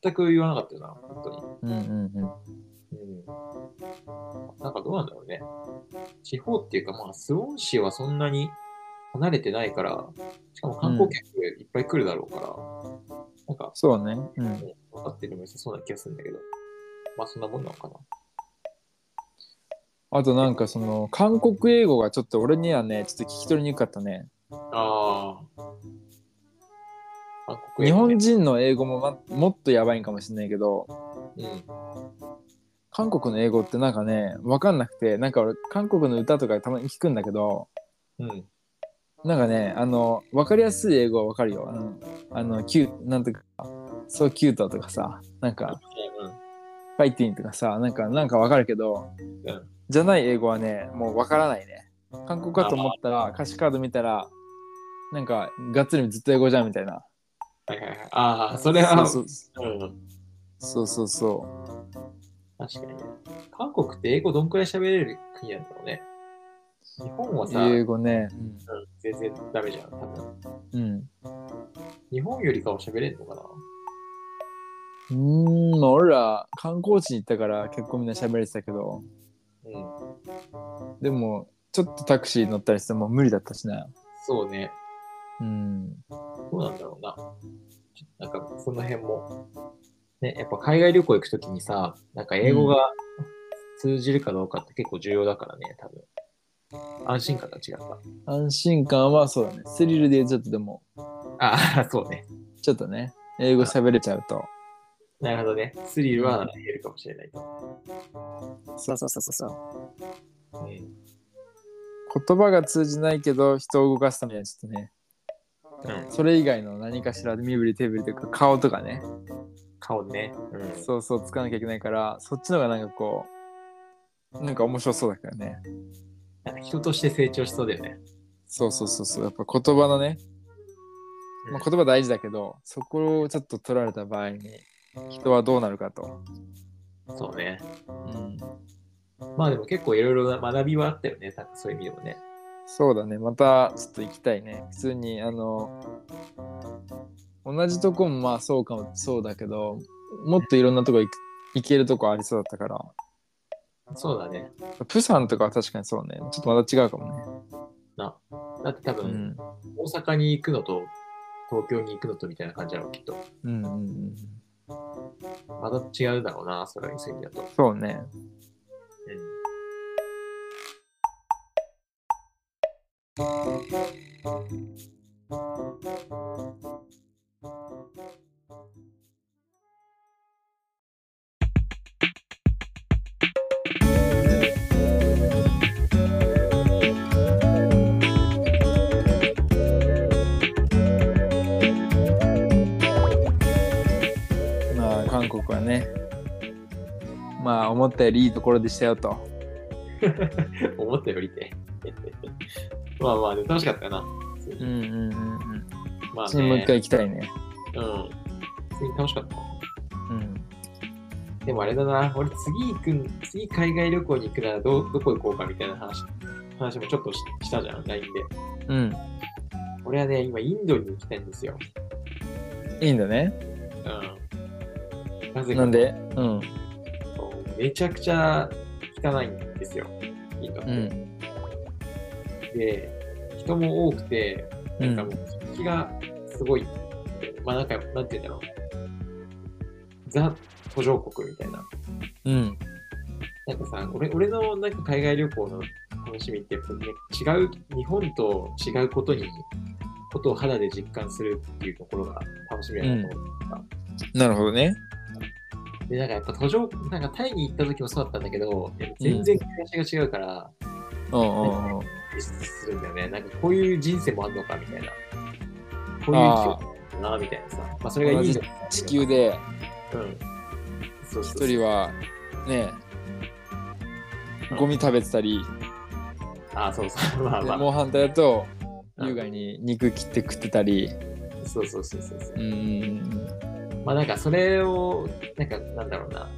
B: 全く言わなかったよな、本当に。
A: うんうんうん
B: うん。なんかどうなんだろうね。地方っていうか、まあ、スウォン市はそんなに離れてないから、しかも観光客いっぱい来るだろうから、なんか、
A: そうねうん
B: 分かってるのも良さそうな気がするんだけど、まあ、そんなもんなのかな。
A: あとなんかその韓国英語がちょっと俺にはねちょっと聞き取りにくかったね
B: ああ。韓国
A: 日
B: 英語ね
A: 本人の英語も、ま、もっとやばいんかもしれないけど
B: うん。
A: 韓国の英語ってなんかね分かんなくてなんか俺韓国の歌とかたまに聞くんだけど
B: うん。
A: なんかねあの分かりやすい英語は分かるよあのあのキュなんとか「そうキュート」とかさなんか「ファイティン」とかさなんかなんか分かるけど、
B: うん
A: じゃない英語はねもう分からないね韓国かと思ったら歌詞カード見たらなんかがっつりずっと英語じゃんみたいな
B: はいはいはい。ああ、それは、
A: そう
B: うん、
A: そうそうそうそう
B: 確かにね。韓国って英語どんくらい喋れる国なんだろうね。日本はさ、
A: 英語ね。
B: うん全然ダメじゃん、多分。
A: うん。
B: 日本よりかは喋れんのかな
A: うん、まあ俺ら観光地に行ったから結構みんな喋れてたけど、
B: うん。
A: でもちょっとタクシー乗ったりしても無理だったしね。
B: そうね。
A: うん。
B: どうなんだろうな。ちょなんか、その辺も。ね、やっぱ海外旅行行くときにさ、なんか英語が通じるかどうかって結構重要だからね、多分。安心感が違った。
A: 安心感はそうだね。スリルでちょっとでも、
B: あ あ、そうね。
A: ちょっとね、英語喋れちゃうと。
B: なるほどね。スリルは減るかもしれないと。
A: そうそうそうそう。
B: うん。
A: 言葉が通じないけど、人を動かすためにはちょっとね、
B: うん、
A: それ以外の何かしら身振り手振りというか、顔とかね、
B: 顔ね。うん。
A: そうそう、つかなきゃいけないから、そっちの方がなんかこう、なんか面白そうだからね。
B: なんか人として成長しそうだよね。
A: そうそうそうそう、やっぱ言葉のね、まあ、言葉大事だけど、そこをちょっと取られた場合に、人はどうなるかと。
B: そうね。
A: うん、
B: まあでも結構いろいろな学びはあったよね。たそういう意味でもね。
A: そうだね、またちょっと行きたいね。普通に、あの、同じとこもまあそうかも、そうだけど、もっといろんなとこ行く行けるとこありそうだったから、
B: そうだね。
A: プサンとかは確かにそうね、ちょっとまた違うかも
B: だって多
A: ね。う
B: 分、
A: ん。
B: 大阪に行くのと、東京に行くのとみたいな感じだろう、きっと。
A: うんうんうん。
B: また違うだろうな、それはそういう意味だと。
A: そうね。まあ、韓国はね、まあ、思ったよりいいところでしたよと。
B: うん。思ったよりで。 まあまあ、でも楽しかったよな。
A: うんうんうんうん。
B: まあ、
A: ちょっともう
B: ね
A: 一、回行きたいね。
B: うん。普通に楽しかった。
A: うん。
B: でもあれだな、俺次行く、次海外旅行に行くならどうどこ行こうかみたいな話、話もちょっとししたじゃん、LINE で。
A: うん。
B: 俺はね、今インドに行きたいんですよ。
A: いいんだね。
B: うん。なぜ
A: な
B: か
A: んでうん。
B: とめちゃくちゃ汚いんですよ、インドって。
A: うん。
B: で、人も多くて、
A: う
B: なんか
A: ん
B: もう、気がすごい、まあなんか、なんて言うんだろう。ザ途上国みたいな。
A: うん。
B: なんかさ、俺俺のなんか海外旅行の楽しみって、やっぱね違う、日本と違うことに、ことを肌で実感するっていうところが楽しみだなと思った。
A: なるほどね。
B: で、なんかやっぱ途上、なんかタイに行った時もそうだったんだけど、やっぱ全然暮らしが違うから、
A: うんうんうん。
B: 意識するんだよね。なんかこういう人生もあんのかみたいな。こういう生
A: あ
B: き方だな、みたいなさ。まあそれがいいんだけど
A: あ、地球で
B: うん。そうそうそ
A: 一
B: う
A: 人はね、ゴミ食べてたり、
B: あ、そうそう。まあ
A: で
B: まあ。
A: もう反対だと
B: うん
A: 優雅に肉切って食ってたり。
B: そうそうそうそうそう。
A: うんうん
B: まあなんかそれを、なんかなんだろうな、ま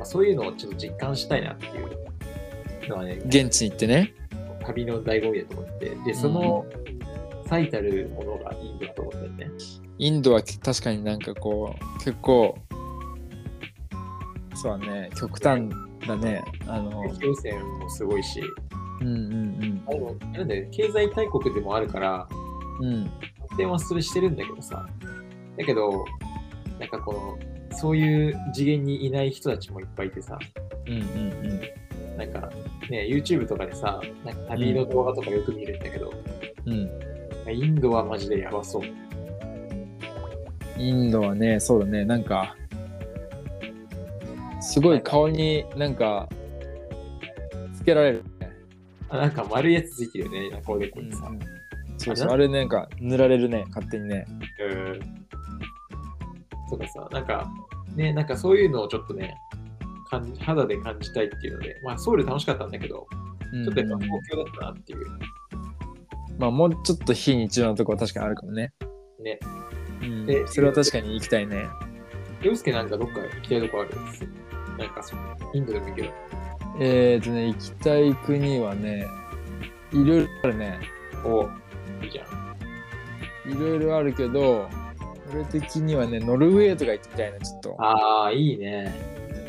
B: あ、そういうのをちょっと実感したいなっていうのはね
A: うん。、現地に行ってね。
B: 旅の醍醐味だと思って、で、その最たるものがインドだと思ってるね。
A: インドは確かになんかこう結構そうだね極端だねあの
B: 金銭もすごいし、
A: うんうん
B: あでもなんだよね経済大国でもあるから、
A: うんうん
B: 発展はそれしてるんだけどさ、だけど、なんかこの、そういう次元にいない人たちもいっぱいいてさ、
A: うんうん
B: なんかね、YouTube とかでさ、なんか旅の動画とかよく見るんだけど、
A: うんうん
B: インドはマジでやばそう。
A: インドはねそうだねなんかすごい顔になんかつけられる、
B: あなんか丸いやつついてるよね、なんかおでこにさ。
A: そうそうあれなんか塗られるね勝手にね
B: うん。とかさ、なんか、ね、なんかそういうのをちょっとね、感じ肌で感じたいっていうので、まあソウル楽しかったんだけど、ちょっとやっぱ
A: うんうんうん
B: 東京だったなっていう、
A: まあもうちょっと非日常なとこは確かにあるかもね、
B: ね。
A: うん
B: で
A: それは確かに行きたいね
B: 洋介なんかどっか行きたいとこあるんですなんかそのインドでもいいけど、
A: えーとね、行きたい国はね、いろいろあるね。
B: おいいじゃん。
A: いろいろあるけど、俺的にはね、ノルウェーとか行ってみたいな、ちょっと。
B: ああ、いいね。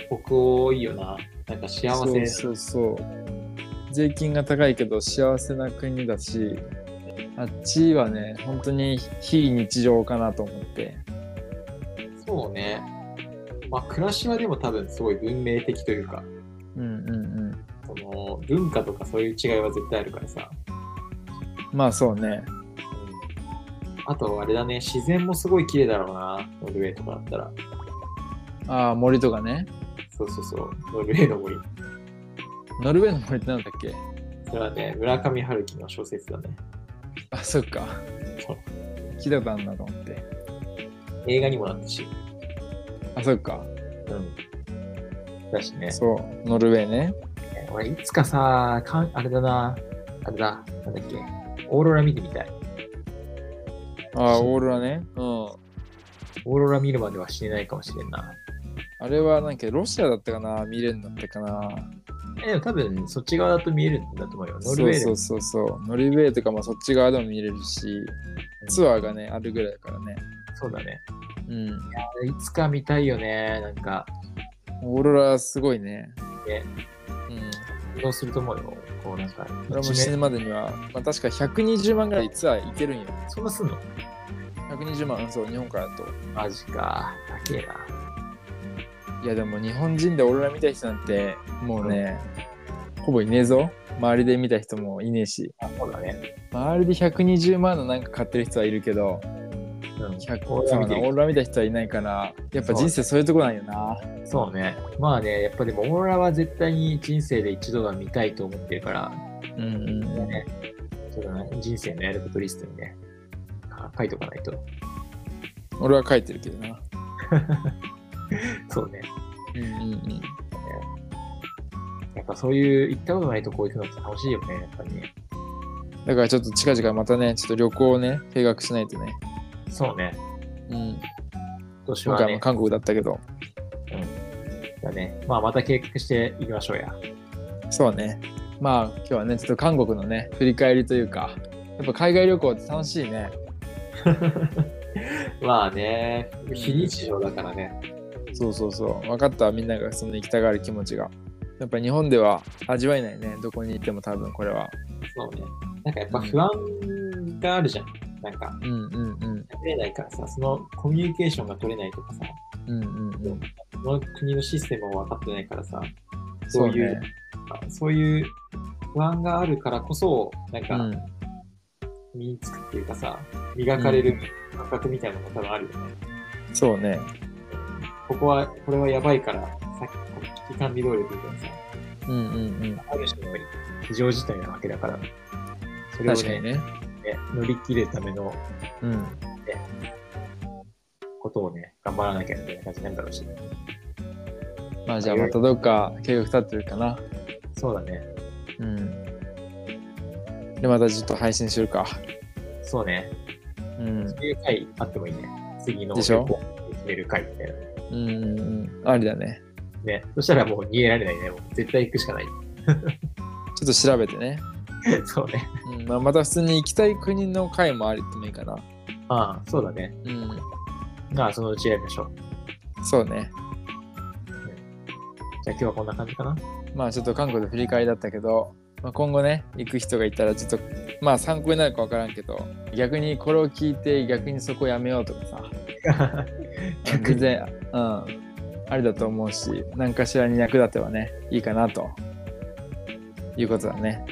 B: 北欧いいよな。なんか幸せ。
A: そうそうそう。税金が高いけど、幸せな国だし、あっちはね、本当に非日常かなと思って。
B: そうね。まあ暮らしはでも多分すごい文明的というか、
A: ううんうん
B: その文化とかそういう違いは絶対あるからさ、
A: まあそうね
B: うんあとあれだね自然もすごい綺麗だろうなノルウェーとかだったら
A: ああ森とかね
B: そうそうそうノルウェーの森
A: ノルウェーの森ってなんだっけ
B: それはね村上春樹の小説だね
A: あそっか
B: そう
A: 聞いたことあるなと思って
B: 映画にもなったし
A: あそっか
B: うんだしね
A: そうノルウェーね
B: 俺いつかさかんあれだなあれだなんだっけオーロラ見てみたい
A: ああオーロラねうん
B: オーロラ見るまでは死ねないかもしれんな
A: あれはなんかロシアだったかな見れるんだったかな
B: えでも多分そっち側だと見えるんだと思うよノルウ
A: そ
B: ェ
A: う
B: ーで
A: そうそうそうノルウェーとかまあそっち側でも見れるしツアーがねあるぐらいだからね
B: そうだね
A: うん
B: いつか見たいよねなんか
A: オーロラすごいね
B: ね
A: うん
B: どうすると思うよこうなんか
A: 俺も
B: 一
A: 死
B: 年
A: ぬまでには、まあ、確か120万ぐらいツアー行けるんよ
B: そんなすんの
A: 120万うんそう日本からだと
B: マジか。高えな。
A: いやでも日本人で俺ら見た人なんてもうね、ほぼいねえぞ周りで見た人もいねえし
B: そうだね。
A: 周りで120万のなんか買ってる人はいるけど
B: うん
A: 100
B: オーロラ見てる
A: オーロラ見た人はいないからやっぱ人生そういうとこなんよな
B: そうね。まあね、やっぱでもオーロラは絶対に人生で一度は見たいと思ってるから、
A: うんうん
B: ね、そうだね。人生のやることリストにね、か書いとかないと。
A: 俺は書いてるけどな
B: そうね。
A: うんうんうん
B: やっぱそういう行ったことないとこ行くのって楽しいよね、やっぱりね。
A: だからちょっと近々またねちょっと旅行をね計画しないとね
B: そうね。
A: うん
B: 今年
A: 今
B: は
A: 回も
B: ね、
A: 韓国だったけど
B: だね。まあまた計画していきましょうや。
A: そうねまあ今日はねちょっと韓国のね振り返りというかやっぱ海外旅行って楽しいね
B: まあね、非日常だからね。
A: そうそうそう分かったみんながその行きたがる気持ちがやっぱ日本では味わえないねどこに行っても多分これは
B: そうね。なんかやっぱ不安があるじゃん。なんか、
A: うんうんうん
B: 食べれないからさ、そのコミュニケーションが取れないとかさ、
A: うんうんうん
B: その国のシステムを分かってないからさ、
A: そ
B: そううい
A: ね
B: うそういう不安があるからこそ、なん
A: う
B: か
A: ん
B: 身につくっていうかさ、磨かれる感覚みたいなのが多分あるよね。
A: そうね
B: ここは、これはやばいから、さっきの危機管理能力みたいなさ、
A: うんうんうん
B: ある種の非常事態なわけだから、それを
A: 確かにね
B: ね、ね乗り切れるための
A: うん
B: ことをね、頑張らなきゃみたいな感じになるだろうし。
A: まあじゃあまたどっか計画立ってるかな
B: そうだね。
A: うんでまたちょっと配信するか
B: そうね。
A: うん
B: そういう回あってもいいね。次の
A: でしょ
B: 旅行を決める回みたいな。
A: うんうんうんありだね
B: ね。そしたらもう逃げられないね。もう絶対行くしかない。
A: ちょっと調べてね、
B: そうね。
A: うんまあ、また普通に行きたい国の回もありってもいいかな
B: ああ、そうだね。
A: うん
B: まあ、そのうちやりましょう。
A: そうね
B: じゃあ今日はこんな感 じかな。
A: まあちょっと韓国の振り返りだったけど、まあ、今後ね行く人がいたらちょっとまあ参考になるか分からんけど逆にこれを聞いて逆にそこやめようとかさ
B: 逆
A: 全
B: に。
A: 然うんありだと思うし何かしらに役立てばねいいかなということだね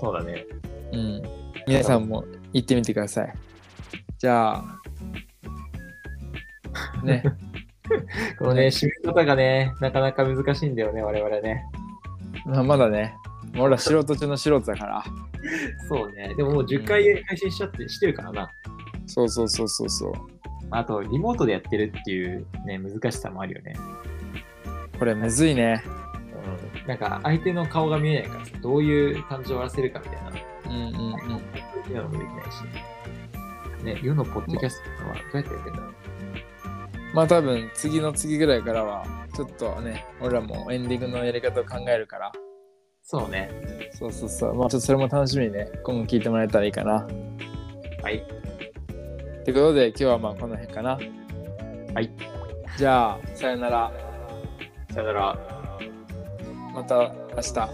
B: そうだね。
A: うん皆さんも行ってみてくださいじゃあ ね
B: このね、 締め方がね、なかなか難しいんだよね、我々ね。
A: まあまだね俺は素人中の素人だから
B: そうね。でももう10回配信しちゃって、してるからな。
A: そうそうそうそうそう
B: あと、リモートでやってるっていうね、難しさもあるよね。
A: これむずいね
B: うん。なんか、相手の顔が見えないからさ、どういう感じを終わらせるかみたいな。
A: うんうんうん
B: 好きなのもできないし。ね、世のポッドキャストはどうやってやってんだろう。
A: まあ多分次の次ぐらいからはちょっとね俺らもエンディングのやり方を考えるから
B: そうね。
A: そうそうそうまあちょっとそれも楽しみにね今後聞いてもらえたらいいかな
B: はい。
A: ということで今日はまあこの辺かな
B: はい。
A: じゃあさよなら
B: さよなら。
A: また明日